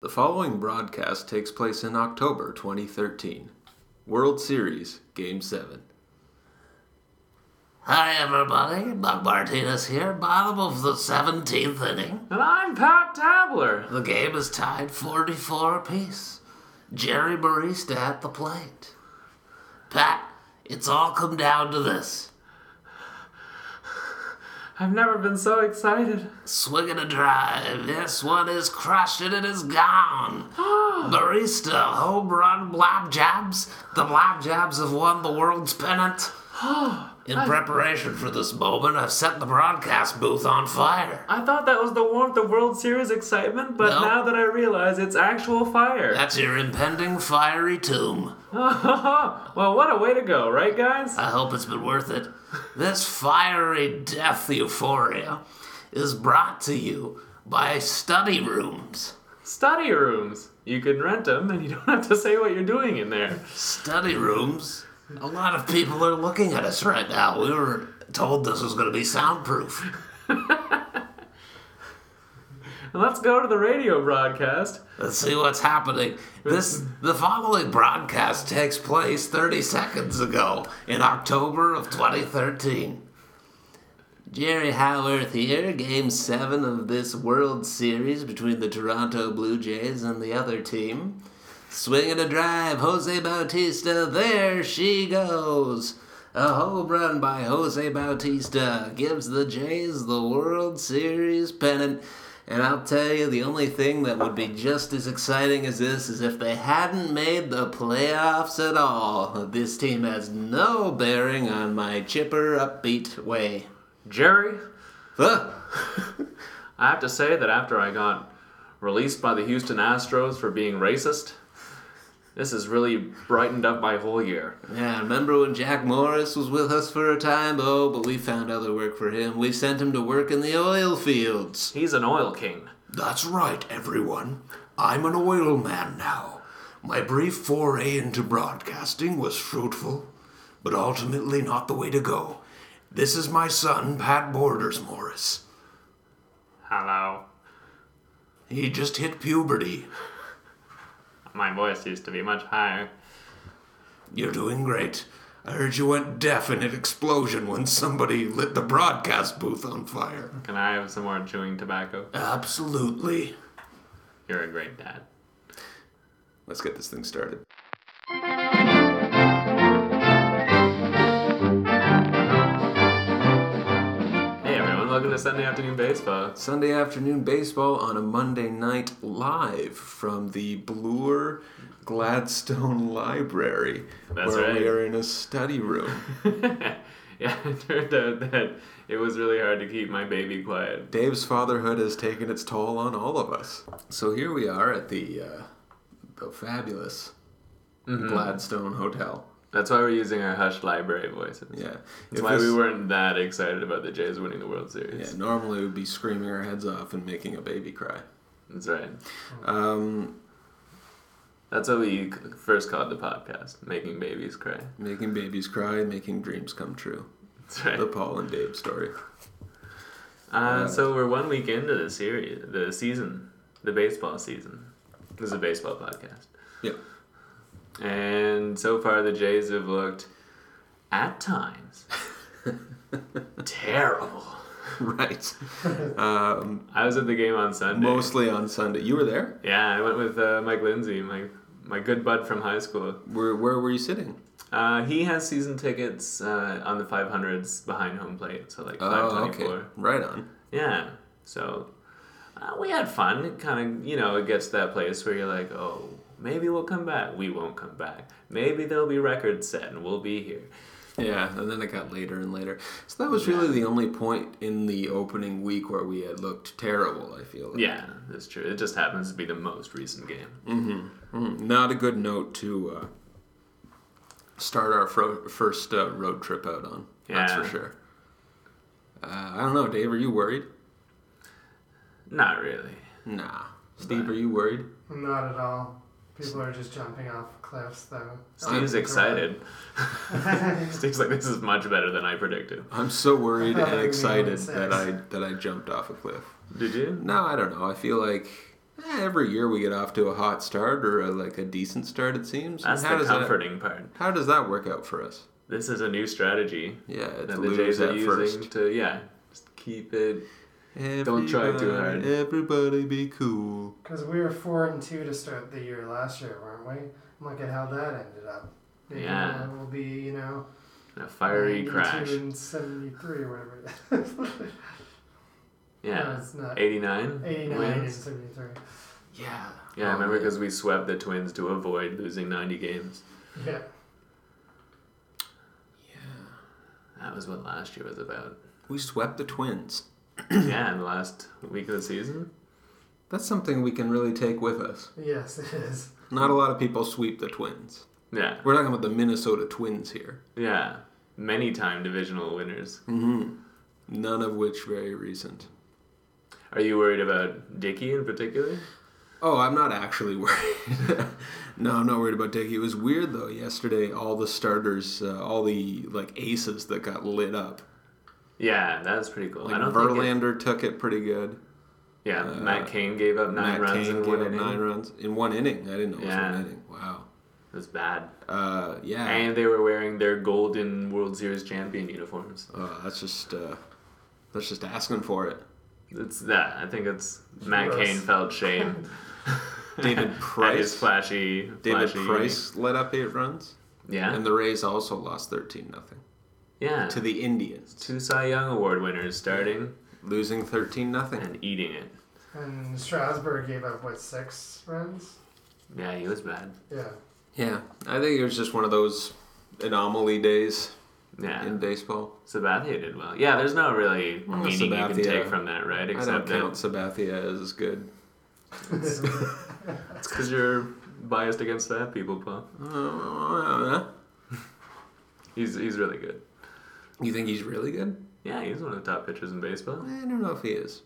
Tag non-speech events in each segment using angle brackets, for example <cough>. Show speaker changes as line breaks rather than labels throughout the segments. The following broadcast takes place in October 2013. World Series, Game 7.
Hi, everybody. Buck Martinez here, bottom of the 17th inning.
And I'm Pat Tabler.
The game is tied 44 apiece. Jerry Barista at the plate. Pat, it's all come down to this
I've never been so excited.
swinging a drive. This one is crushed and it is gone. Barista, home run blob jobs. The blob jobs have won the world's pennant. In preparation for this moment, I've set the broadcast booth on fire.
I thought that was the warmth of World Series excitement, but
No.
now that I realize it's actual fire.
That's your impending fiery tomb.
well, what a way to go, right, guys?
I hope it's been worth it. This fiery death euphoria is brought to you by study rooms.
Study rooms. You can rent them and you don't have to say what you're doing in there.
Study rooms? A lot of people are looking at us right now. We were told this was going to be soundproof.
And let's go to the radio broadcast.
Let's see what's happening. This the following broadcast takes place 30 seconds ago in October of 2013. Jerry Howarth here, game 7 of this World Series between the Toronto Blue Jays and the other team. Swinging a drive, Jose Bautista, there she goes. A home run by Jose Bautista gives the Jays the World Series pennant. And I'll tell you, the only thing that would be just as exciting as this is if they hadn't made the playoffs at all. This team has no bearing on my chipper, upbeat way.
Jerry,
Huh.
I have to say that after I got released by the Houston Astros for being racist, this has really brightened up my whole year.
Yeah, remember when Jack Morris was with us for a time? Oh, but we found other work for him. We sent him to work in the oil fields.
He's an oil king.
That's right, everyone. I'm an oil man now. My brief foray into broadcasting was fruitful, but ultimately not the way to go. This is my son, Pat Borders Morris.
Hello.
He just hit puberty.
My voice used to be much higher.
You're doing great. I heard you went deaf in an explosion when somebody lit the broadcast booth on fire.
Can I have some more chewing tobacco?
Absolutely.
You're a great dad.
Let's get this thing started.
Hey everyone, welcome to Sunday Afternoon Baseball.
Sunday afternoon baseball on a Monday night live from the Bloor Gladstone Library,
That's
where we
right.
are in a study room.
<laughs> yeah, it turned out that it was really hard to keep my baby quiet.
Dave's fatherhood has taken its toll on all of us. So here we are at the uh, the fabulous
Mm-hmm.
Gladstone Hotel.
That's why we're using our hushed library voices.
Yeah,
That's
If
why we
this-
weren't that excited about the Jays winning the World
Yeah,
Series.
normally we'd be screaming our heads off and making a baby cry.
That's right.
Um,
That's what we c- first called the podcast, Making Babies Cry.
making babies cry, making dreams come true.
That's right.
The Paul and Dave story. <laughs>
Uh, so we're one week into the series, the season, the baseball season. This is a baseball podcast.
Yeah.
And so far, the Jays have looked,
<laughs>
at times, terrible.
Right. Um,
<laughs> I was at the game on Sunday.
Mostly on Sunday. You were there?
Yeah, I went with uh, Mike Lindsay, my my good bud from high school.
Where, where were you sitting?
Uh, he has season tickets uh, on the 500s behind home plate, so like
Oh, okay.
524.
Right on.
Yeah, so uh, we had fun. It kind of, you know, it gets to that place where you're like, oh, maybe we'll come back. We won't come back. Maybe there'll be records set and we'll be here.
Yeah, and then it got later and later. So that was really the only point in the opening week where we had looked terrible, I feel. like.
Yeah, that's true. It just happens to be the most recent game.
Mm, Not a good note to uh, start our fro- first uh, road trip out on. That's for
Yeah.
sure. Uh, I don't know, Dave, are you worried?
Not really.
Nah. Steve, are you worried?
Not at all. People are just jumping off cliffs, though.
Steve's
I'm-
excited. <laughs> Steve's like, this is much better than I predicted.
I'm so worried
I thought you
and
were
excited
gonna say.
that I that I jumped off a cliff.
Did you?
No, I don't know. I feel like eh, every year we get off to a hot start or a, like a decent start, it seems.
That's
how
the
does
comforting part.
That, how does that work out for us?
This is a new strategy
Yeah, it's
that the
lose
Jays are
at
using
first.
to yeah, just keep it. Don't try too hard.
Everybody- Everybody be cool.
Because we were four and two to start the year last year, weren't we? Look at how that ended up. Maybe uh,
Yeah.
We'll be, you know,
A fiery
92
crash.
and 73 or whatever it is. <laughs> No,
Yeah.
it's not.
89?
89 and
wins.
73.
Yeah.
Yeah, I
Oh,
remember
man.
because we swept the Twins to avoid losing 90 games.
Yeah.
That was what last year
<clears throat>
was about.
We swept the twins.
yeah, in the last week of the season.
That's something we can really take with us.
Yes, it is.
Not a lot of people sweep the twins.
Yeah,
We're talking about the Minnesota Twins here.
yeah. Many time divisional winners.
Mm-hmm. None of which very recent.
Are you worried about Dickey in particular?
Oh, I'm not actually worried. <laughs> no, I'm not worried about Dickey. It was weird though. Yesterday, all the starters, uh, all the like aces that got lit up.
Yeah, that was pretty cool.
Like
I don't think.
Verlander took it pretty good.
It, yeah,
uh,
Matt Cain gave up
Matt
nine runs
Cain
in
gave
one
up
inning.
nine runs in one inning. I didn't know it was
Yeah.
one inning. Wow.
It was bad.
Uh, yeah.
And they were wearing their golden World Series champion uniforms.
Oh, that's just uh, that's just asking for
<laughs>
it.
It's that. I think it's Matt
Gross.
Cain felt shame.
David
At his
<laughs> Price.
flashy,
David
flashy-
Price let up eight runs,
Yeah,
and the Rays also lost thirteen nothing
yeah.
to the Indians,
Two Cy Young Award winners starting
losing thirteen nothing.
and eating it.
And Strasburg gave up, what, six runs?
Yeah, he was bad.
Yeah.
Yeah, I think it was just one of those anomaly days
Yeah,
in baseball.
Sabathia did well. Yeah, there's no really
Well,
meaning you can
Sabathia-
take from that, right?
I don't
Except
count
that
Sabathia as good.
<laughs>
it's because you're biased against that people, Paul.
Uh,
He's he's really good.
you think he's really good?
Yeah, he's one of the top pitchers in
I
baseball.
don't know if he is.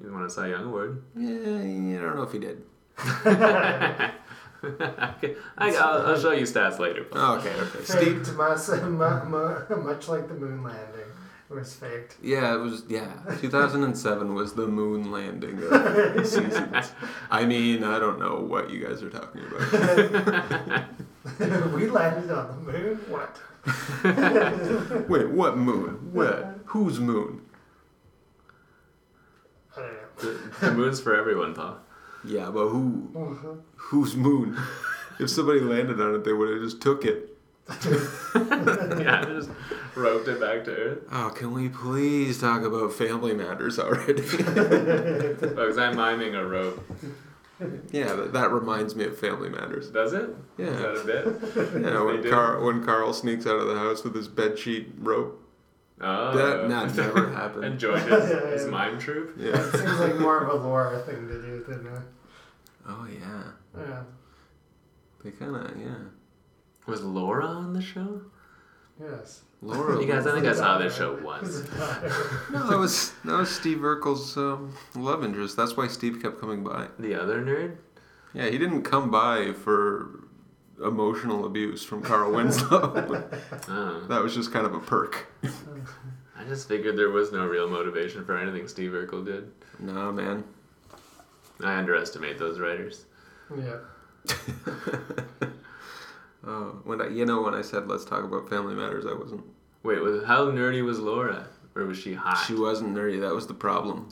He's won a Cy
<laughs>
Young Award.
Yeah, I don't know if he did.
I, I'll, I'll show you stats later. Paul.
Oh, Okay, okay. Steve.
Faked, <laughs> much, much like the moon landing. It was faked.
Yeah, it was. Yeah, 2007 was the moon landing of the seasons. I mean, I don't know what you guys are talking
<laughs>
about.
we landed on the moon? What?
Wait, what moon? What? Whose moon?
I don't know.
The, the moon's for
<laughs>
everyone, Paul.
Yeah, but who? Whose moon? If somebody landed on it, they would have just took it.
yeah, just roped it back to earth.
Oh, can we please talk about family matters already? <laughs>
Because I'm Oh, miming a rope.
yeah, that, that reminds me of family matters.
Does it? Is
Yeah,
that a bit?
yeah.
<laughs> They
When,
do.
Car- when Carl sneaks out of the house with his bedsheet rope,
Oh.
that that
<laughs>
never happened.
and joined his, his mime troupe. <laughs>
Yeah.
<laughs> Seems like more of a Laura thing to do than a.
Oh yeah.
Yeah.
They kind of
<laughs>
yeah.
Was Laura on the show?
<laughs> Yes.
Laura.
You guys, I think I saw this show once.
no, that was that was Steve Urkel's um, love interest. That's why Steve kept coming by.
The other nerd?
Yeah, he didn't come by for emotional abuse from Carl Winslow.
<laughs>
<laughs>
Oh,
that was just kind of a perk.
I just figured there was no real motivation for anything Steve Urkel did.
Nah, man.
I underestimate those writers.
yeah.
Oh, when I, you know when I said let's talk about family matters, I wasn't.
Wait, was, how nerdy was Laura? Or was she hot?
She wasn't nerdy. That was the problem.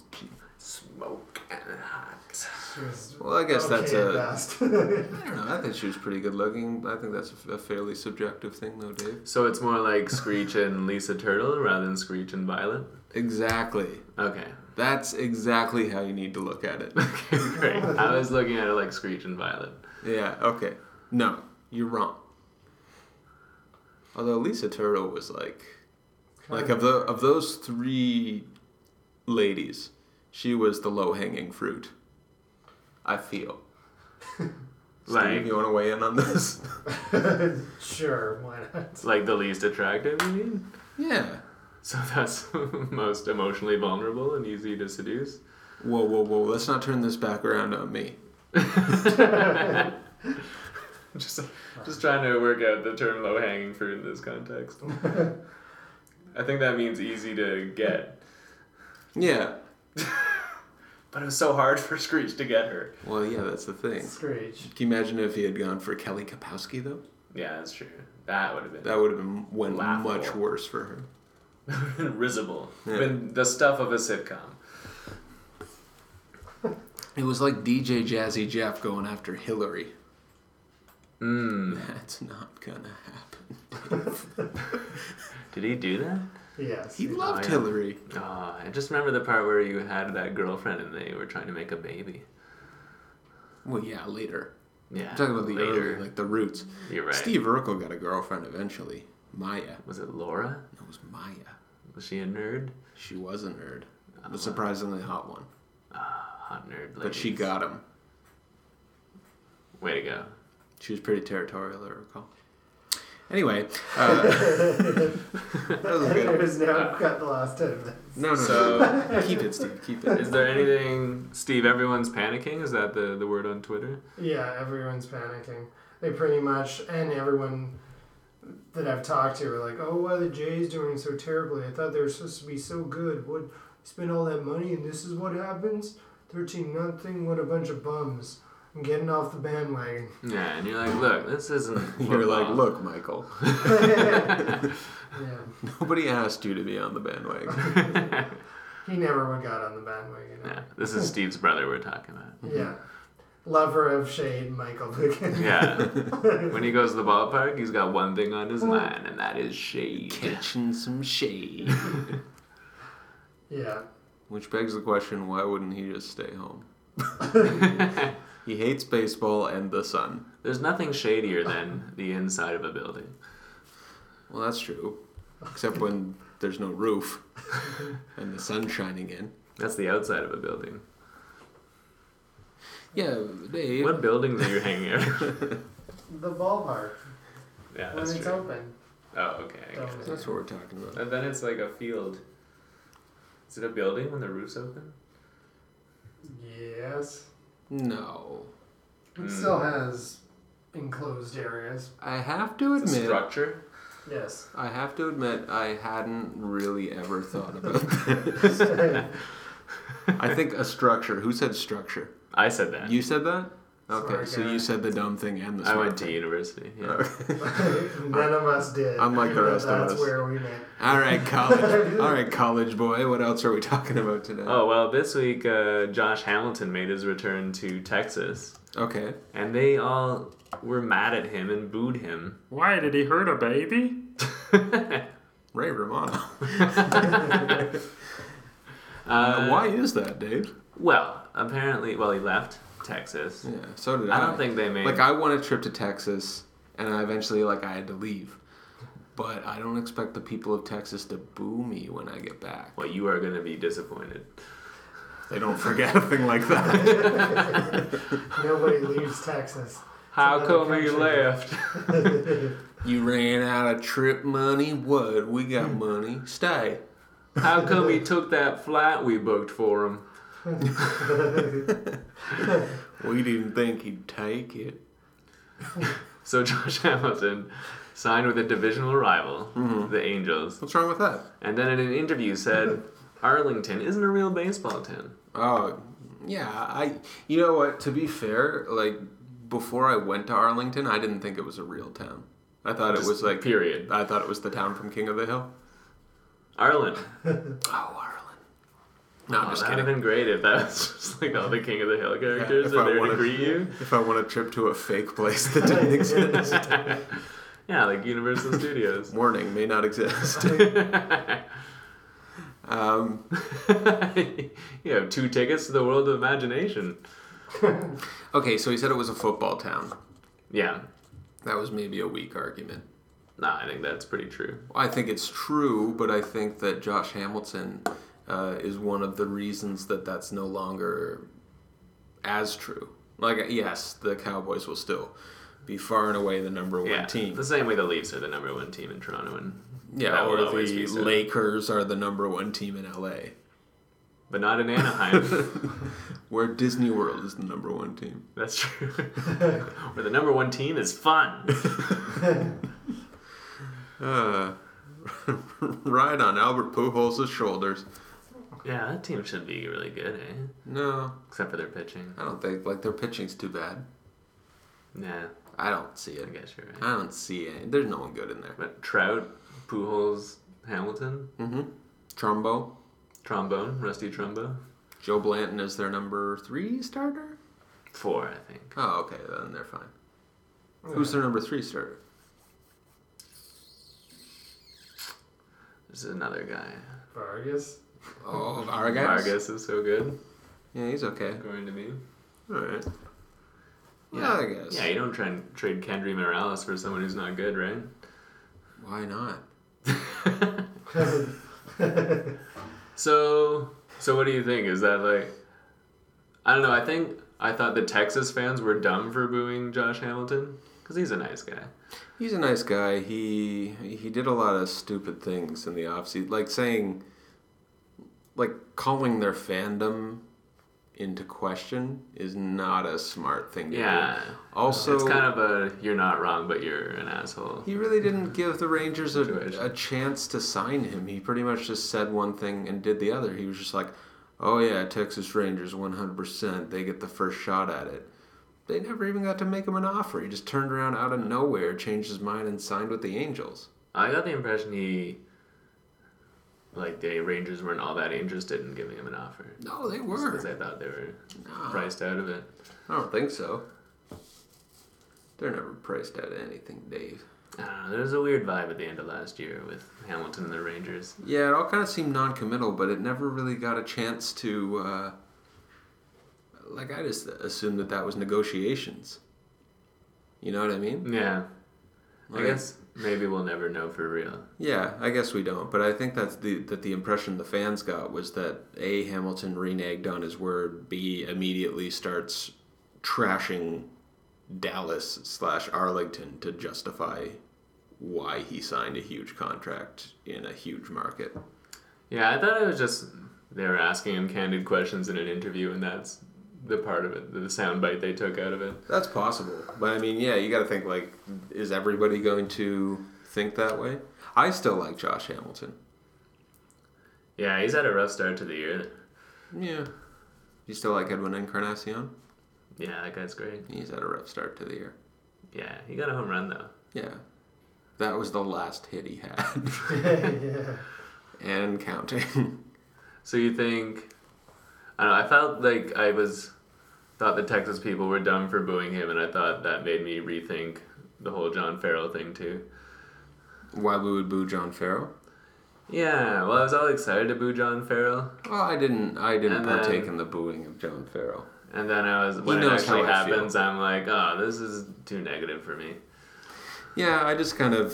smoke and hot.
She was
Well, I guess that's
okay
a-
at best. <laughs> yeah.
I don't know. I think she was pretty good looking. I think that's a, a fairly subjective thing, though, Dave.
So it's more like Screech and Lisa Turtle rather than Screech and Violet?
Exactly.
Okay. <laughs>
That's exactly how you need to look at it. <laughs>
Great. I was looking at it like Screech and Violet.
Yeah, okay. No, you're wrong. Although Lisa Turtle was like like of the of those three ladies, she was the low hanging fruit. I <laughs> feel. Steve,
Like,
you wanna weigh in on this?
sure, why not?
like the least attractive, you mean?
yeah.
So <laughs> that's most emotionally vulnerable and easy
<laughs>
to seduce. <laughs>
Whoa, whoa, whoa, let's not turn this back around on me.
Just, just trying to work out the term low hanging fruit in
<laughs>
this context. I think that means easy to get.
Yeah.
But it was so hard for Screech to get her.
Well, yeah, that's the thing.
Screech.
Can you imagine if he had gone for Kelly Kapowski though?
Yeah, that's true. That would have been
That would have been went
Laughable.
much worse for her.
<laughs> risible.
Yeah.
Been the stuff of a sitcom.
It was like DJ Jazzy Jeff going after Hillary. <laughs>
Mm.
That's not gonna happen.
Did he do that?
Yes.
He loved
yeah.
Hillary.
Oh, I just remember the part where you had that girlfriend and they were trying to make a baby.
Well, yeah, later.
Yeah.
I'm talking about the
later.
early, like the roots.
You're right.
Steve Urkel got a girlfriend eventually. Maya.
Was it Laura?
It was Maya.
Was she a nerd?
She was a nerd.
Oh,
A surprisingly hot one.
Hot nerd. Lady.
But she got him.
Way to go.
She was pretty territorial, I recall. Anyway,
<laughs>
uh, that was
<laughs>
good.
Editors now cut the last ten minutes.
No, no, no.
So-
Keep it, Steve. Keep it.
Is there anything, Steve? Everyone's panicking. Is that the the word on Twitter?
Yeah, everyone's panicking. They pretty much, and everyone that I've talked to are like, oh, why are the Jays doing so terribly? I thought they were supposed to be so good. What, spend all that money and this is what happens? 13 nothing, what a bunch of bums. I'm getting off the bandwagon. <laughs>
Yeah, and you're like, look, this
<laughs> <laughs>
isn't.
You're like,
football."
look, Michael.
Yeah,
Nobody asked you to be on the
<laughs>
bandwagon.
he never would got on the bandwagon.
Yeah, this is Steve's brother we're talking about.
Yeah. Lover of shade, Michael
<laughs>
Buchanan.
Yeah. when he goes to the ballpark, he's got one thing on his mind, and that is shade.
Catching some shade.
<laughs> Yeah.
Which begs the question: Why wouldn't he just stay
<laughs>
home? he hates baseball and the sun.
There's nothing shadier than the inside of a building.
Well, that's true, except when there's no roof <laughs> and the sun shining in.
That's the outside of a building.
Yeah, Dave.
What buildings are you hanging
<laughs>
out?
The ballpark,
yeah,
when
that's
it's
true.
open.
Oh, okay. I get it.
That's what we're talking about.
And then it's like a field. Is it a building when the roof's open?
Yes.
No,
It
Mm.
still has enclosed areas.
I have to
It's a
admit,
structure.
Yes.
I have to admit, I hadn't really ever thought
<laughs>
about. I think a structure. Who said structure?
I said that.
You said that. Okay,
Sorry,
so
guy.
you said the dumb thing and the
I
smart
went to
thing.
university. Yeah.
<laughs> None of us did.
Unlike the
But
rest of
that's
us.
where we met.
All
<laughs>
right, college. All right, college boy. What else are we talking about today?
Oh well, this week uh, Josh Hamilton made his return to Texas,
Okay.
and they all were mad at him and booed him.
Why did he hurt a baby?
Ray Romano.
Uh,
Why is that, Dave?
Well, apparently, well, he left Texas.
Yeah, so did I.
I don't think they made.
Like, I won a trip to Texas, and I eventually, like, I had to leave. But I don't expect the people of Texas to boo me when I get back.
well, you are going to be disappointed.
They don't forget a thing like that.
Nobody leaves Texas.
How
another
come you
country.
left?
<laughs> <laughs> you ran out of trip money? What? We got money. Stay.
How come he took that flight we booked for him?
We didn't think he'd take it.
So <laughs> Josh Hamilton signed with a divisional rival,
Mm-hmm.
the Angels,
What's wrong with that?
and then in an interview
<laughs>
said, "Arlington isn't a real baseball town."
Oh, yeah. I. You know what? To be fair, like before I went to Arlington, I didn't think it was a real town. I thought it was like.
Period.
I thought it was the town from King of the Hill.
Arlen.
Oh, Arlen. No, I'm
Oh,
just
that would
kidding.
have been great if that <laughs> was just like all the King of the Hill characters
if I
and they would
wanted-
agree you.
If I want a trip to a fake place that
<laughs>
didn't exist, <laughs>
Yeah, like Universal Studios. <laughs>
warning may not exist. um,
you have two tickets to the world of imagination.
okay, so he said it was a football town.
Yeah.
That was maybe a weak argument.
No, I think that's pretty true.
I think it's true, but I think that Josh Hamilton uh, is one of the reasons that that's no longer as true. Like, yes, the Cowboys will still be far and away the number one
Yeah.
team.
The same way the Leafs are the number one team in Toronto, and
Yeah,
that
or
will always
the
be so.
Lakers are the number one team in LA,
but not in
<laughs>
Anaheim. <laughs>
where Disney World is the number one team.
that's
<laughs>
true. Where the number one team is fun. <laughs>
<laughs> Uh, right on Albert Pujols' shoulders.
Yeah, that team should be really good, eh?
No,
Except for their pitching.
I don't think like their pitching's too bad.
Nah,
I don't see
I
it.
guess you're right.
I don't see it. There's no one good in there.
But Trout, Pujols, Hamilton,
Mm-hmm. Trumbo,
trombone, rusty trombone.
Joe Blanton is their number three starter.
Four, I think.
Oh, okay, then they're fine. Who's their number three starter?
There's another guy.
Vargas?
Oh, Vargas.
Vargas is so good,
Yeah, he's okay.
according to me.
All right. Yeah, I guess.
Yeah, you don't try and trade Kendry Morales for someone who's not good, right?
Why not?
So, so what do you think? Is that like, I don't know. I think I thought the Texas fans were dumb for booing Josh Hamilton because he's a nice guy.
He's a nice guy. He he did a lot of stupid things in the offseason, like saying, like calling their fandom into question is not a smart thing to
Yeah,
do. Also,
it's kind of a you're not wrong, but you're an asshole.
he really
<laughs>
didn't give the Rangers a,
Situation.
a chance to sign him. He pretty much just said one thing and did the other. He was just like, "Oh yeah, Texas Rangers, 100%. They get the first shot at it." They never even got to make him an offer. He just turned around out of nowhere, changed his mind, and signed with the Angels.
I got the impression he, like the Rangers weren't all that interested in giving him an offer
No, they
because
were. Uh-huh.
I thought they were
No.
priced out of it.
I don't think so. They're never priced out of anything, Dave.
I don't know. There was a weird vibe at the end of last year with Hamilton and the Rangers.
Yeah, it all kind of seemed non-committal, but it never really got a chance to. Uh, like I just assumed that that was negotiations. You know what I mean?
Yeah,
Like,
I guess maybe we'll never know for real.
Yeah, I guess we don't, but I think that's the that the impression the fans got was that a Hamilton reneged on his word, b immediately starts trashing Dallas slash Arlington to justify why he signed a huge contract in a huge market.
Yeah, I thought it was just they were asking him candid questions in an interview, and that's the part of it, the soundbite they took out of it.
That's possible, but I mean, yeah, you got to think like, is everybody going to think that way? I still like Josh Hamilton.
Yeah, he's had a rough start to the year.
Yeah, you still like Edwin Encarnacion?
Yeah, that guy's great.
He's had a rough start to the year.
Yeah, he got a home run though.
Yeah. That was the last hit he had. <laughs>
yeah.
and counting. <laughs>
So you think? I don't know. I felt like I was thought the Texas people were dumb for booing him, and I thought that made me rethink the whole John Farrell thing too.
Why we would boo John Farrell?
Yeah, well, I was all excited to boo John Farrell,
Well, I didn't I didn't
And then-
partake in the booing of John Farrell.
and then I was when it
knows
actually
how I feel.
happens, I'm like, oh, this is too negative for me.
Yeah, I just kind of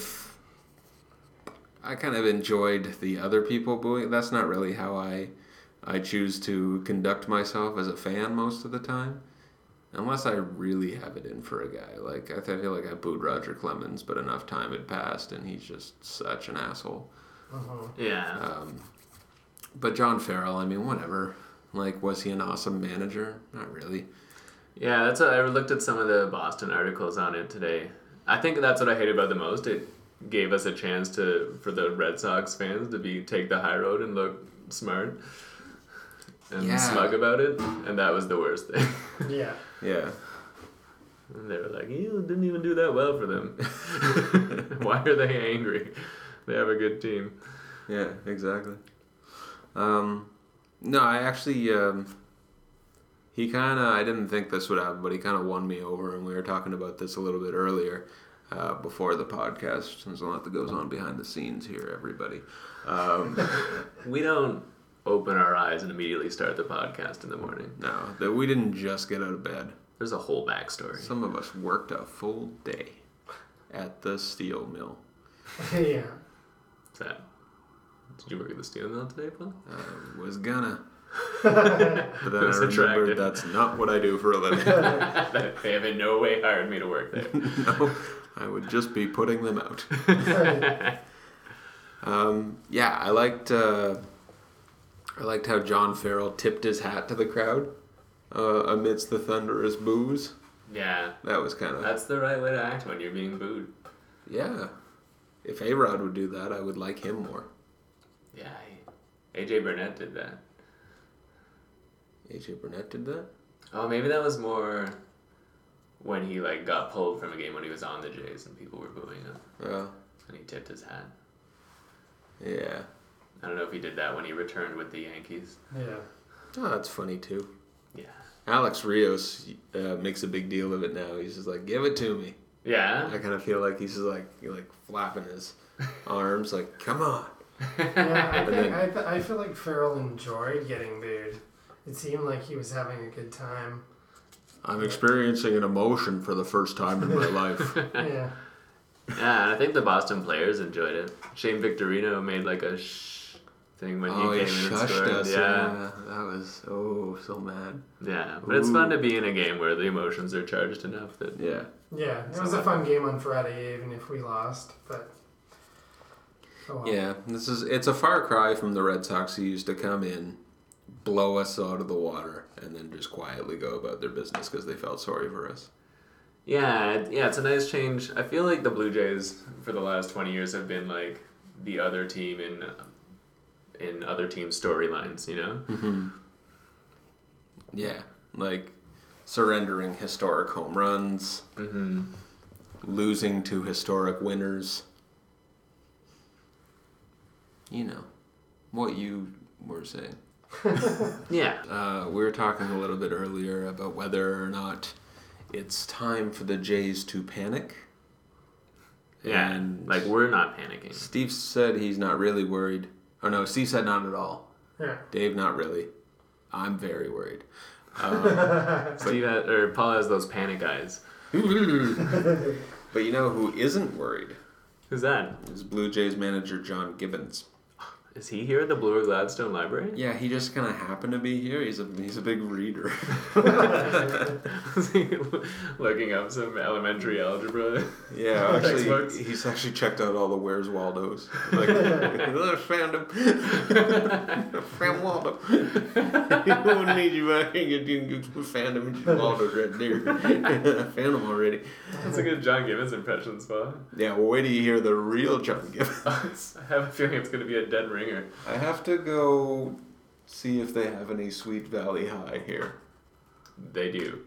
I kind of enjoyed the other people booing. That's not really how I I choose to conduct myself as a fan most of the time. Unless I really have it in for a guy. Like I feel like I booed Roger Clemens, but enough time had passed and he's just such an asshole.
<laughs> Uh-huh.
Yeah.
Um, but John Farrell, I mean, whatever. Like, was he an awesome manager? Not really.
Yeah, that's what I looked at some of the Boston articles on it today. I think that's what I hate about the most. It gave us a chance to for the Red Sox fans to be take the high road and look smart and
Yeah.
smug about it, and that was the worst thing. <laughs>
Yeah.
Yeah.
and they were like, "You didn't even do that well for them. <laughs> Why are they angry? They have a good team."
Yeah, exactly. Um, no, I actually, um, he kind of, I didn't think this would happen, but he kind of won me over, and we were talking about this a little bit earlier uh, before the podcast. There's a lot that goes on behind the scenes here, everybody. Um, <laughs>
We don't open our eyes and immediately start the podcast in the morning.
no, that we didn't just get out of bed.
There's a whole backstory.
Some of us worked a full day at the steel mill.
<laughs> yeah.
Is that? Did you work at the steel mill today, Paul?
I Uh, was gonna. but then I
That's
remembered
attractive.
that's not what I do for a living. <laughs>
they have in no way hired me to work there.
no, I would just be putting them out.
<laughs>
um, yeah, I liked. Uh, I liked how John Farrell tipped his hat to the crowd uh, amidst the thunderous boos.
yeah,
That was kind of
that's the right way to act when you're being booed.
yeah. If A Rod would do that, I would like him more.
Yeah, I- AJ Burnett did that.
AJ Burnett did that.
Oh, maybe that was more when he like got pulled from a game when he was on the Jays and people were booing him
Oh,
and he tipped his hat.
yeah.
I don't know if he did that when he returned with the Yankees.
Yeah.
Oh, that's funny too.
Yeah.
Alex Rios uh, makes a big deal of it now. He's just like, "Give it to me."
Yeah.
I kind of feel like he's just like like flapping
<laughs>
his arms, like, "Come on."
yeah I,
And
think,
then-
I, th- I feel like Farrell enjoyed getting booed. It seemed like he was having a good time. <laughs>
I'm experiencing an emotion for the first time in <laughs> my life.
Yeah.
Yeah, and I think the Boston players enjoyed it. Shane Victorino made like a shh thing when he
oh, he
came in and
shushed
scored.
us. Yeah.
yeah.
that was oh so mad.
Yeah. But it's
Ooh.
fun to be in a game where the emotions are charged enough that
Yeah.
Yeah. It was a fun game on Friday, even if we lost. But. Oh, well.
Yeah, this is it's a far cry from the Red Sox who used to come in, blow us out of the water, and then just quietly go about their business because they felt sorry for us.
Yeah, it- yeah, it's a nice change. I feel like the Blue Jays for the last twenty years have been like the other team in in other team storylines. You know,
Yeah, like surrendering historic home runs,
mm-hmm.
losing to historic winners. You know what you were saying.
yeah,
Uh, we were talking a little bit earlier about whether or not it's time for the Jays to panic.
yeah.
And-
like we're not panicking.
Steve said he's not really worried. Oh no, Steve said not at all.
Yeah.
Dave, not really. I'm very worried. Um,
Steve has, or Paul has those panic eyes.
but you know who isn't worried
Who's that?
is Blue Jays manager John Gibbons.
Is he here at the Bloor Gladstone Library?
Yeah, he just kind of happened to be here. He's a he's a big reader.
<laughs> Is he looking up some elementary algebra?
Yeah,
Textbooks.
actually, he's actually checked out all the Where's Waldo's. Like, "Oh, found <laughs> him. found Waldo. <laughs> you wouldn't need you back here. You you found him. It's Waldo's right there. <laughs> I found him already.
That's a good John Gibbons impression, Paul. <laughs>
Yeah, well, wait till you hear the real John Gibbons.
I have a feeling it's gonna be a dead ringer.
I have to go see if they have any Sweet Valley High here.
They do.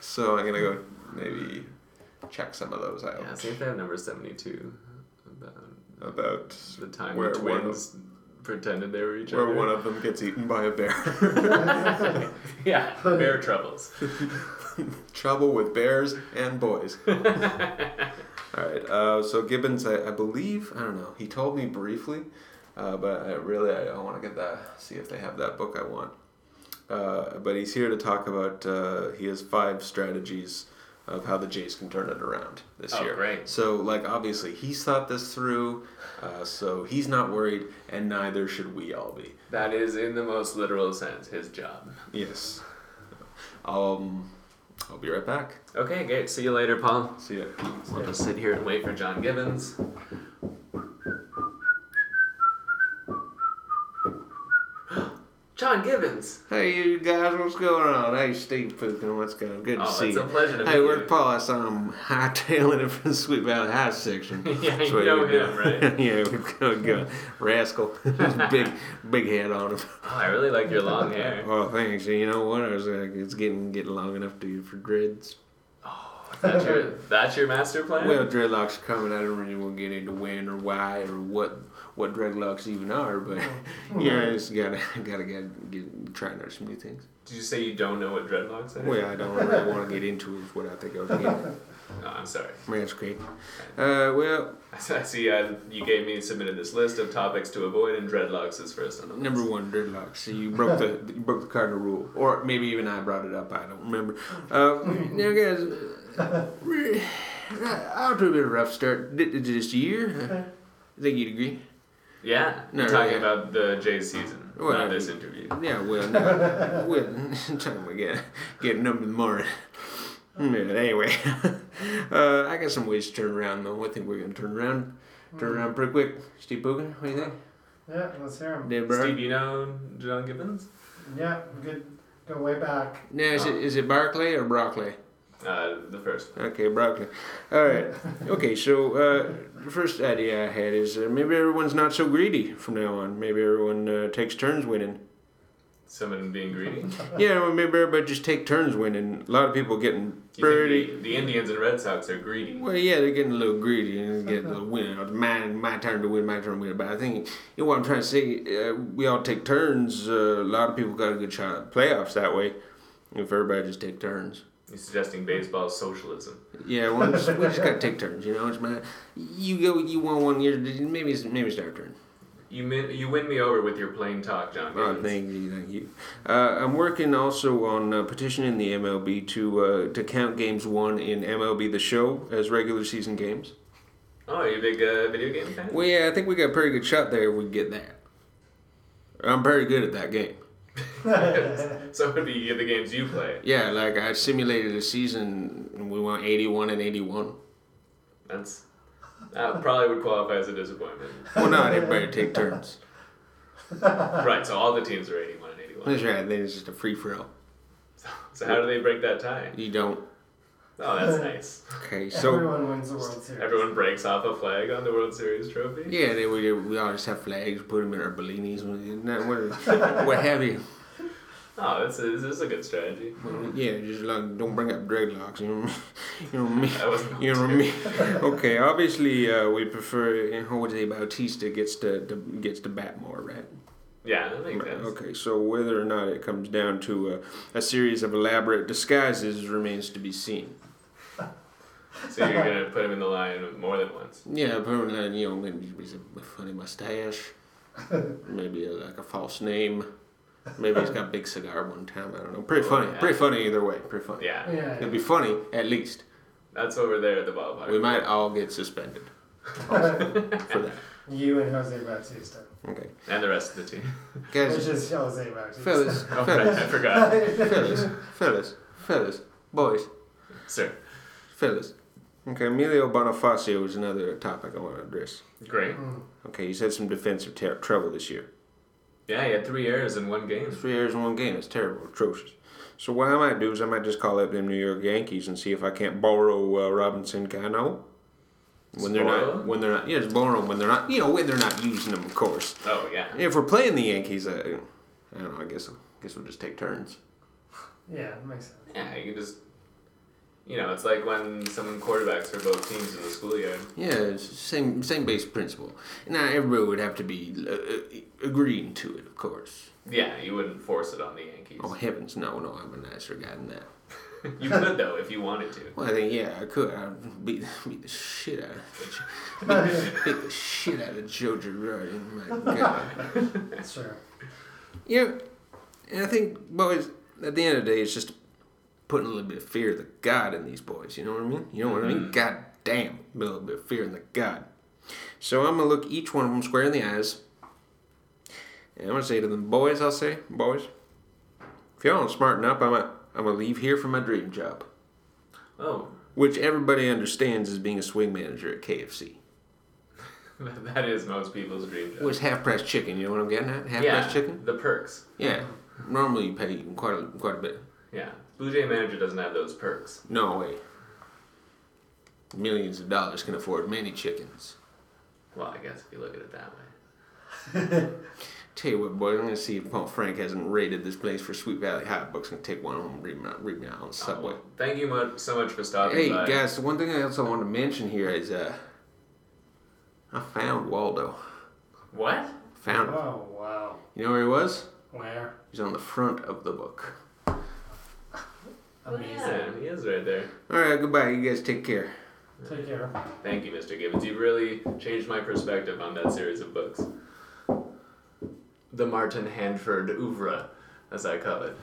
So I'm going to go maybe check some of those out.
Yeah, see if they have number um, 72. About
About
the time
Where
the
one of-
twins pretended they were each
where
other.
one of them gets eaten by a bear.
<laughs> yeah, bear troubles.
Trouble with bears and
<laughs>
boys. All right. Uh, so Gibbons, I, I believe, I don't know. He told me briefly, uh, but I really I, want to get that. See if they have that book I want. Uh, but he's here to talk about. Uh, he has five strategies of how the Jays can turn it around this
Oh,
year.
great.
So like obviously he's thought this through, uh, so he's not worried, and neither should we all be.
That is, in the most literal sense, his job.
Yes. Um, I'll be right back.
Okay, great. See you later, Paul.
See ya.
We'll just sit here and wait for John Gibbons. <gasps> John Gibbons!
Hey, you guys, what's going on? Hey, Steve Pukin, what's going on? Good to
Oh,
see
it's a
you.
pleasure to meet
Hey,
you.
we're Paul. I saw him hightailing it from the Sweet Valley High section. <laughs>
<laughs> Yeah,
That's
you
what
know
we're
him,
doing. <laughs>
right?
yeah, we've got a good rascal. <laughs> Just big, big head on him.
Oh, I really like your
<laughs>
long hair.
Oh, thanks. You know what? I was like, it's getting getting long enough to for dreads.
That's your, that's your master plan?
Well, dreadlocks are coming. I don't really want to get into when or why or what what dreadlocks even are, but <laughs> you know, it's gotta gotta get, get trying out some new things.
Did you say you don't know what dreadlocks are?
Well, I don't really want to get into it. Is what I think I was getting. at.
No, Oh, I'm sorry.
That's great. Uh, well,
<laughs> I see uh, you gave me submitted this list of topics to avoid, and dreadlocks is first on the list.
number one, dreadlocks. So you broke the you broke the cardinal rule, or maybe even I brought it up. I don't remember. Uh, now, guys, uh, we're- after a bit of a rough start thi- this year, I think you'd agree.
Yeah,
No,
you're talking
yeah.
about the Jays season,
Well,
not
I
this
mean-
interview.
Yeah, well, no, well, <laughs> time we get getting up in the morning. Yeah, anyway, <laughs> uh, I got some ways to turn around though. I think we're gonna turn around, turn around pretty quick. Steve Bogan, what do you think?
Yeah, let's hear him.
Dave Burke?
Steve, you know John Gibbons?
Yeah, good. Go way back.
Now, is it, is it Barclay or Broccoli?
Uh, the first.
Okay, broccoli. All right. Okay, so uh, the first idea I had is uh, maybe everyone's not so greedy from now on. Maybe everyone uh, takes turns winning.
Some of them being greedy.
Yeah, well, maybe everybody just take turns winning. A lot of people getting
You
pretty.
think The, the Indians and Red Sox are greedy.
Well, yeah, they're getting a little greedy and it's getting a little winning. It's My, my turn to win, my turn to win. But I think, you know what I'm trying to say, uh, we all take turns. Uh, a lot of people got a good shot at playoffs that way if everybody just take turns.
You're suggesting baseball is socialism.
Yeah, well, we just, we just got to take turns, you know? It's my, you go, you won one year, maybe it's, maybe it's our turn.
You min- you win me over with your plain talk, John.
Oh,
Gibbons.
thank you, thank you. Uh, I'm working also on uh, petitioning the MLB to uh, to count games won in MLB The Show as regular season games.
Oh, are you a big uh, video game fan?
Well, yeah, I think we got a pretty good shot there if we get that. I'm very good at that game.
<laughs> so it would be the games you play.
Yeah, like I simulated a season and we won 81 and 81.
That's that probably would qualify as a disappointment.
Well, not everybody take turns.
right. So all the teams are 81 and 81.
That's right, then it's just a free for all.
So how do they break that tie?
You don't.
Oh, that's
<laughs>
nice.
Okay, so.
Everyone wins the World Series.
Everyone breaks off a flag on the World Series trophy.
Yeah, then we, we all just have flags, put them in our Bellinis, what, what have you.
Oh, that's a, this is a good strategy.
Well, Yeah, just like don't bring up dreadlocks. You know, what I mean? <laughs> you know what I mean?
I wasn't <laughs>
You know what I mean? Okay, obviously uh, we prefer you know, Jose Bautista gets to, to gets to bat more, right?
Yeah, that makes
Right,
sense.
Okay, so whether or not it comes down to a, a series of elaborate disguises remains to be seen.
So you're gonna put him in the line more than once.
Yeah, apparently, you know, maybe he's a funny mustache, maybe uh like a false name, maybe he's got a big cigar one time. I don't know. Pretty funny.
yeah.
Pretty funny either way. Pretty funny.
Yeah,
Yeah.
It'll be funny at least.
that's over there at the ballpark.
We might all get suspended for that.
You and Jose Bautista.
Okay.
and the rest of the
<laughs>
team.
Which
Guys,
is Jose Bautista.
fellas,
Oh, right,
fellas,
I forgot,
<laughs> fellas, fellas, fellas, boys,
sir.
fellas. Okay, Emilio Bonifacio is another topic I want to address.
Great.
Mm,
Okay, he's had some defensive ter- trouble this year.
Yeah, he had three errors in one game.
Three errors in one game. It's terrible, atrocious. So what I might do is I might just call up them New York Yankees and see if I can't borrow uh, Robinson Cano. When they're
Spoil
not,
'em?
when they're not, yeah, just borrow 'em when they're not, you know, when they're not using them, of course.
Oh yeah.
If we're playing the Yankees, I, I don't know. I guess, I guess we'll just take turns.
Yeah, it makes sense.
Yeah, you can just. You know, it's like when someone quarterbacks for both teams in the schoolyard.
Yeah, it's the same same basic principle. Now everybody would have to be uh, agreeing to it, of course.
Yeah, you wouldn't force it on the Yankees.
Oh heavens, no, no, I'm a nicer guy than that.
You could though if you wanted to.
Well, I think yeah, I <laughs> could. I'd beat, beat the shit out of <laughs> beat, beat the shit out of Joe Girardi. My God.
That's true.
You know, and I think boys, at the end of the day, it's just putting a little bit of fear of the God in these boys. You know what I mean? You know what I mean? God damn, a little bit of fear in the God. So I'm gonna look each one of them square in the eyes, and I'm gonna say to them, boys, I'll say, boys, if y'all don't smarten up, I'm gonna, I'm gonna leave here for my dream job,
Oh,
which everybody understands as being a swing manager at KFC.
<laughs> that is most people's dream
Well,
job.
it's half pressed chicken. You know what I'm getting at? Half
yeah,
pressed chicken.
the perks.
Yeah. Normally you pay quite a, quite a bit.
Yeah, Blue Jay manager doesn't have those perks.
No way. Millions of dollars can afford many chickens.
Well, I guess if you look at it that way.
Tell you what, boys, I'm gonna see if Paul Frank hasn't raided this place for Sweet Valley High Books and take one home and read me out, read me out on the subway.
Oh, thank you much, so much for stopping
Hey
by.
guys, the one thing I also want to mention here is uh, I found Waldo.
What?
Found him.
Oh, wow.
You know where he was?
Where?
He's on the front of the book.
Oh, yeah, he is right there.
All right, goodbye. You guys take care.
Take care.
Thank you, Mr. Gibbons. You've really changed my perspective on that series of books. The Martin Hanford oeuvre, as I call it.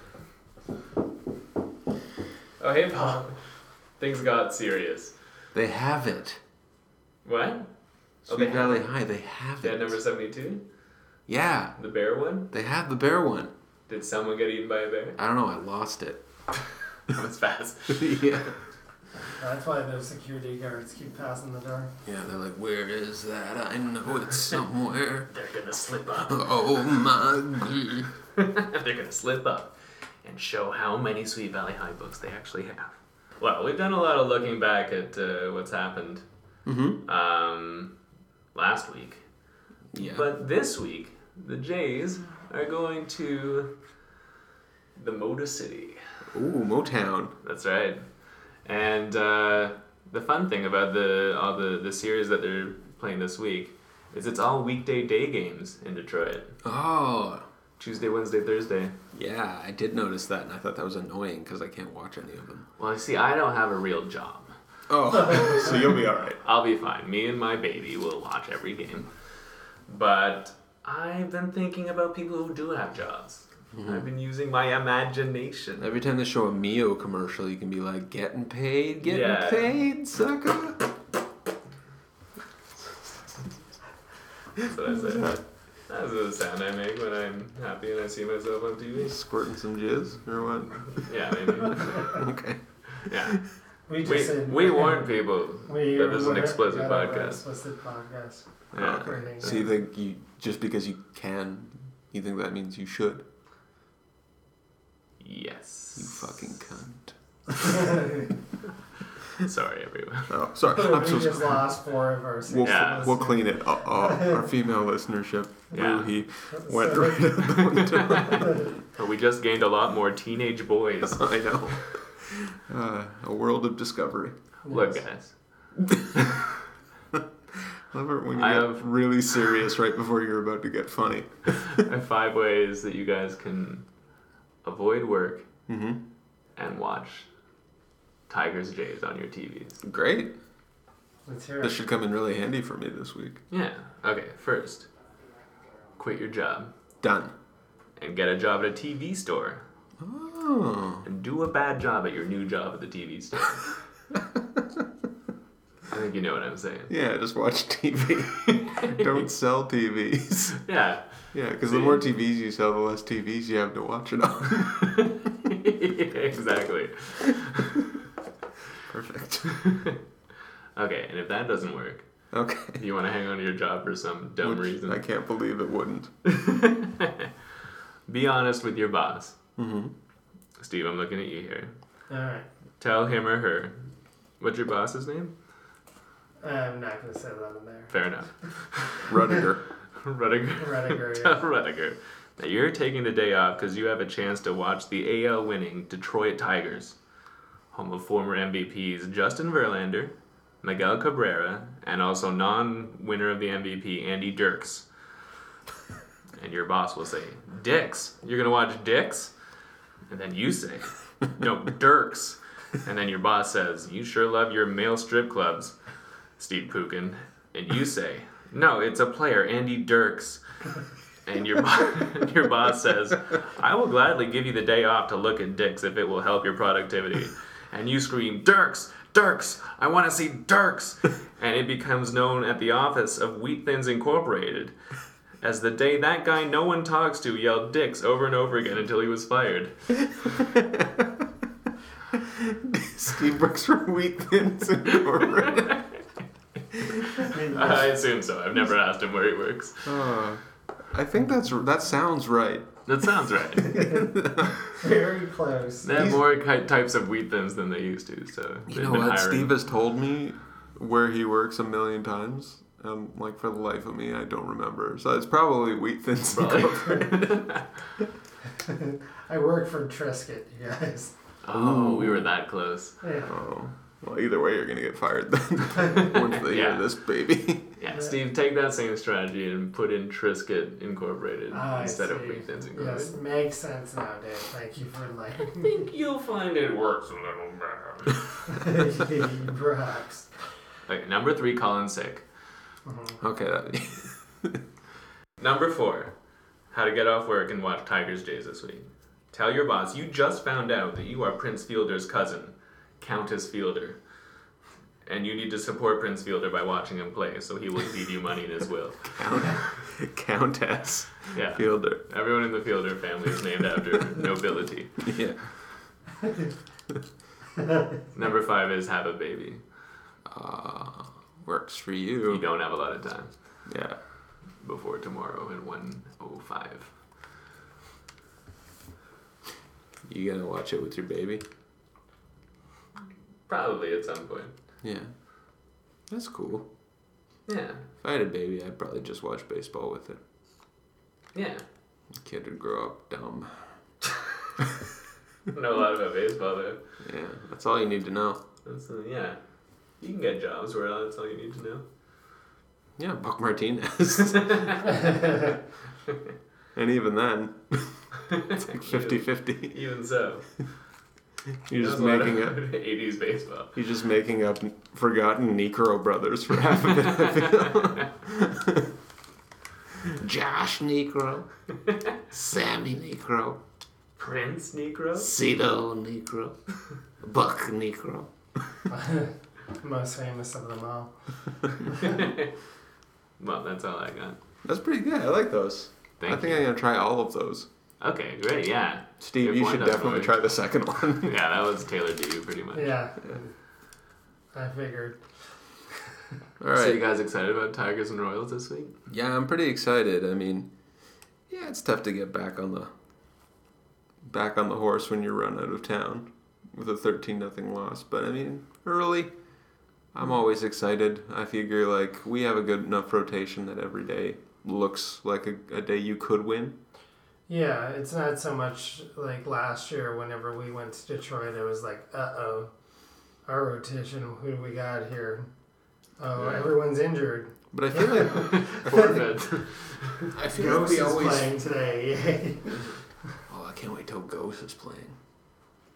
Oh, hey, Paul. Things got serious.
They have it.
What? Oh,
Sweet
they have
Valley High. They have
Dead
it.
number 72?
Yeah,
The bear one?
they have the bear one.
Did someone get eaten by a bear?
I don't know. I lost it.
<laughs> That was fast.
yeah.
That's why those security guards keep passing the door.
Yeah, they're like, where is that? I know it's somewhere. <laughs>
They're gonna slip up.
oh my god.
<laughs> They're gonna slip up and show how many Sweet Valley High books they actually have. Well, we've done a lot of looking back at uh, what's happened
Mm-hmm.
um, last week,
Yeah.
but this week the Jays are going to the Motor City.
Ooh, Motown.
That's right. And uh, the fun thing about the all the, the series that they're playing this week is it's all weekday day games in Detroit.
Oh,
Tuesday, Wednesday, Thursday.
yeah, I did notice that, and I thought that was annoying because I can't watch any of them.
Well, see, I don't have a real job.
Oh, <laughs> so you'll be all right.
I'll be fine. Me and my baby will watch every game. But I've been thinking about people who do have jobs.
Mm-hmm.
I've been using my imagination.
Every time they show a Mio commercial, you can be like, "Getting paid, getting
Yeah.
paid, sucker."
That's what I say. That's the sound I make when I'm happy and I see myself on TV.
Squirting some jizz or what?
Yeah, maybe.
<laughs> Okay.
Yeah.
We just
We,
said
we warned people.
We
<laughs>
that this is an
were-
explicit
got over
podcast.
Explicit podcast.
Yeah.
Recording.
So you think you just because you can, you think that means you should?
Yes.
You fucking cunt.
Sorry, everyone.
Oh, <laughs> sorry. I'm
<laughs> we
so
just
sorry.
lost four of our. six
We'll,
Yeah.
we'll clean it. Uh, uh, our female listenership,
Yeah.
yeah. he
listeners.
went
So-
right out the window.
But we just gained a lot more teenage boys.
<laughs> I know. Uh, a world of discovery.
Look, guys.
Love it when you
I
get
have-
really serious right before you're about to get funny.
I have five ways that you guys can avoid work
Mm-hmm.
and watch Tigers Jays on your TVs.
Great.
Let's hear
This
it.
should come in really handy for me this week.
Yeah. Okay, first, quit your job
Done.
and get a job at a TV store
Oh.
and do a bad job at your new job at the TV
<laughs>
store. I think you know what I'm saying.
Yeah, just watch <laughs> TV.
<laughs>
Don't sell TVs.
Yeah. <laughs>
Yeah, because the more TVs you sell, the less TVs you have to watch it on. <laughs>
exactly.
Perfect.
Okay, and if that doesn't work,
Okay.
if you want to hang on to your job for some dumb
Which I
reason,
can't believe it wouldn't.
be honest with your boss.
Mm-hmm.
Steve, I'm looking at you here.
All right.
Tell him or her. What's your boss's name?
I'm not gonna say that
<laughs>
in there.
Fair enough.
Rudiger. <laughs>
Rudiger. <laughs>
Rediger, yeah.
Tell Rudiger that you're taking the day off because you have a chance to watch the AL winning Detroit Tigers, home of former MVPs Justin Verlander, Miguel Cabrera, and also non winner of the MVP Andy Dirks. And your boss will say, Dicks. You're going to watch Dicks? And then you say, No, Dirks. And then your boss says, You sure love your male strip clubs, Steve Pookin. And you say, No, it's a player, Andy Dirks. And your, bo- <laughs> your boss says, I will gladly give you the day off to look at dicks if it will help your productivity. And you scream, Dirks! Dirks! I want to see Dirks! And it becomes known at the office of Wheat Thins Incorporated as the day that guy no one talks to yelled Dicks over and over again until he was fired.
Steve works for Wheat Thins Incorporated.
<laughs> I assume so. I've never asked him where he works.
<laughs> Uh, I think that's that sounds right.
That
<laughs>
sounds right.
Very close.
They have more ki- types of Wheat Thins than they used to, so they've
You know
been
what?
hiring.
Steve has told me where he works a million times. Um, like for the life of me, I don't remember. So it's probably Wheat Thins
Probably.
Incorporated.
<laughs> I work for Trisket, you guys.
<laughs> Oh, we were that close.
Yeah.
<laughs> Oh. Well, either way, you're gonna get fired then. <laughs> Once they
Yeah.
hear this, baby.
Yeah, Steve, take that same strategy and put in Trisket Incorporated
Ah, I
instead of
see.
Wheat Thins Incorporated.
<laughs> Yes, makes sense nowadays. Thank you for
I
letting me.
think you'll find it works a little better.
<laughs> Perhaps.
okay, number three, call in sick.
Okay. That, <laughs>
Number four, how to get off work and watch Tigers Jays this week. Tell your boss you just found out that you are Prince Fielder's cousin, Countess Fielder, and you need to support Prince Fielder by watching him play, so he will leave you money in his
<laughs>
will.
Count, Countess
Yeah.
Fielder.
Everyone in the Fielder family is named after
<laughs>
nobility.
Yeah.
Number five is have a baby.
Uh, works for
You
you.
don't have a lot of time.
Yeah.
before tomorrow at 105
You gonna watch it with your baby?
probably at some point
Yeah. That's cool.
yeah
If I had a baby, I'd probably just watch baseball with it.
<laughs> yeah
The kid would grow up dumb.
know a lot about baseball though.
Yeah, that's all you need to know.
That's, uh, yeah, you can get jobs where that's all you need to know.
Yeah, Buck Martinez. <laughs> and even then, it's
<laughs>
like 50 50.
Even so,
<laughs> You're just
knows a lot
making up.
about <laughs> '80s baseball.
You're just making up forgotten Necro brothers for half of it. I feel.
Josh Negro, Sammy Negro,
<laughs> Prince Negro.
Cito Negro, Buck Negro.
Mm-hmm. <laughs> Most famous of them all.
Well, that's all I got.
<laughs> That's pretty good. I like those. I
Thank
think I'm gonna try all of those.
you. Okay, great. Yeah,
Steve,
Good
you
point,
should
that's
definitely
good.
try the second <laughs> one.
yeah, that was tailored to you pretty much.
Yeah. I figured.
all
So you
right.
guys excited about Tigers and Royals this week?
Yeah, I'm pretty excited. I mean, yeah, it's tough to get back on the back on the horse when you're run out of town with a 13 nothing loss. But I mean, early, I'm always excited. I figure like we have a good enough rotation that every day looks like a, a day you could win.
Yeah, it's not so much like last year whenever we went to Detroit, it was like, uh oh, our rotation, who do we got here? Oh,
Yeah.
everyone's injured.
But I feel like
Forfeit.
I feel
Ghost is playing today. <laughs> Yay.
Oh, I can't wait till Ghost is playing.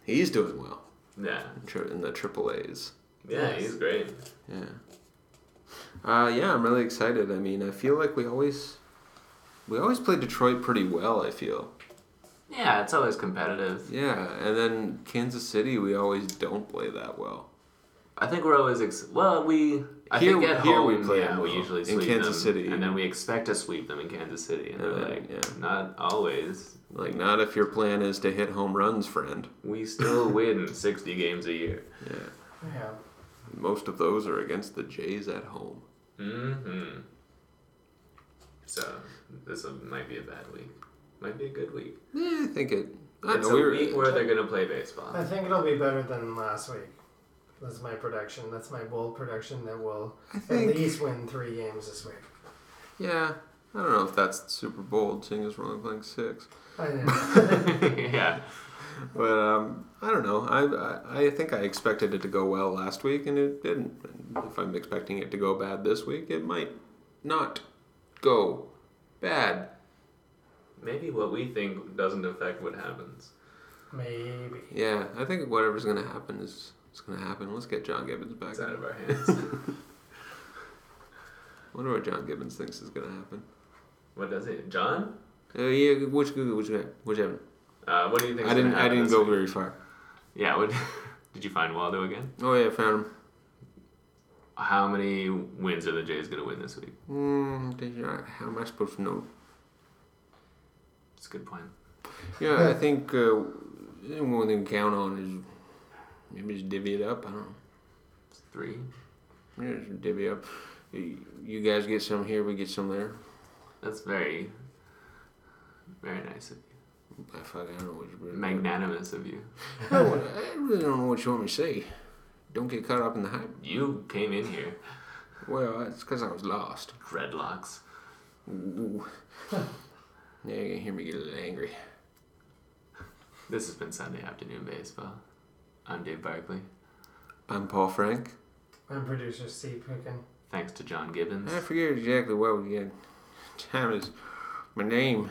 He's doing well
<laughs> yeah,
in tri- in the triple A's.
yeah,
Yes.
he's great.
Yeah. Uh, yeah, I'm really excited. I mean, I feel like we always we always play Detroit pretty well. I feel.
Yeah, it's always competitive.
Yeah, and then Kansas City, we always don't play that well.
I think we're always ex- well. We I
Here-
think at
here
home
we play
yeah,
them
we
well.
usually
In
sweep
Kansas
them,
City.
and then we expect to sweep them in Kansas City, and
Yeah,
they're like,
yeah.
not always.
Like, not if your plan is to hit home runs, friend. <laughs>
We still win sixty games a year.
Yeah,
yeah.
most of those are against the Jays at home.
Mm-hmm. So this one might be a bad week. Might be a good week.
Yeah, I think it. I
It's
know,
a
we were,
week where they're gonna play baseball.
I think it'll be better than last week. That's my prediction. That's my bold prediction that we'll
I
at
think.
least win three games this week.
Yeah, I don't know if that's super bold, seeing as we're only playing six.
I know.
<laughs> yeah.
But um, I don't know. I, I I think I expected it to go well last week, and it didn't. And if I'm expecting it to go bad this week, it might not go bad.
Maybe what we think doesn't affect what happens.
<laughs> Maybe.
Yeah, I think whatever's gonna happen is it's gonna happen. Let's get John Gibbons back.
It's out of our hands.
wonder what John Gibbons thinks is gonna happen.
what does it? John?
Uh, yeah, which which which happened?
Uh, what do you think?
I didn't I didn't go very far.
Yeah. What? <laughs> Did you find Waldo again?
Oh yeah, I found him.
How many wins are the Jays going to win this week?
Mm, did you, how am I supposed to know?
It's a good point.
Yeah, I think uh, one thing to count on is maybe just divvy it up. I don't know.
It's three.
Yeah, just divvy up. You you guys get some here, we get some there.
That's very, very nice of you.
I Ah, fuck, I don't know what you really.
Magnanimous of you.
I, don't- I really don't know what you want me to say. Don't get caught up in the hype.
You came in here,
Well, it's because I was lost.
dreadlocks.
Ooh. yeah, you can hear me get a little angry.
This has been Sunday Afternoon Baseball. I'm Dave Barkley.
I'm Paul Frank.
I'm producer Steve Cookin.
Thanks to John Gibbons. <laughs>
I forget exactly what we get. Time is my name.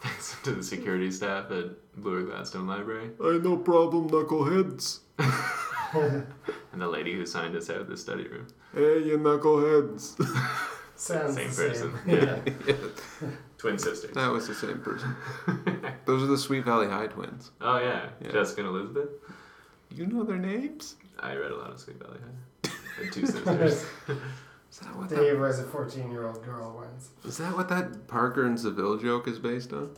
Thanks to the security staff at Bloor Gladstone Library
I no problem, knuckleheads.
and the lady who signed us out of the study room.
Hey, you knuckleheads.
Sounds
Same
the same.
person. <laughs> Yeah. Twin sisters.
<laughs> that was the same <laughs> person. Those are the Sweet Valley High twins.
Oh yeah.
Yeah.
Jessica and Elizabeth.
You know their names?
I read a lot of Sweet Valley High. And
<laughs>
two <laughs> sisters.
Is that what that
Dave was a 14 year old girl once.
Is that what that Parker and Seville joke is based on?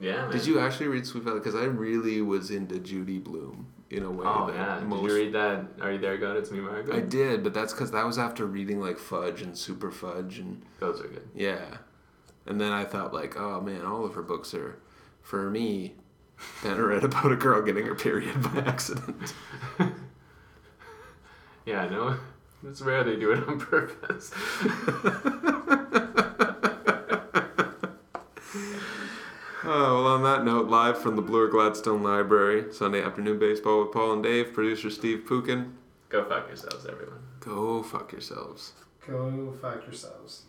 Yeah. Man.
Did you actually read Sweet Valley? Because I really was into Judy Bloom in a way
Oh
that
yeah.
most.
Did you read that? Are you there, God? It's me,
I
Margaret.
did, but that's because that was after reading like Fudge and Super Fudge and
Those are good.
yeah, and then I thought like, oh man, all of her books are for me. Then I read about a girl getting her period by
<laughs>
accident.
Yeah. I know. <laughs> It's rare they do it on purpose.
Oh, well, on that note, live from the Bloor Gladstone Library, Sunday afternoon baseball with Paul and Dave, producer Steve Pukin.
Go fuck yourselves, everyone.
Go fuck yourselves.
Go fuck yourselves.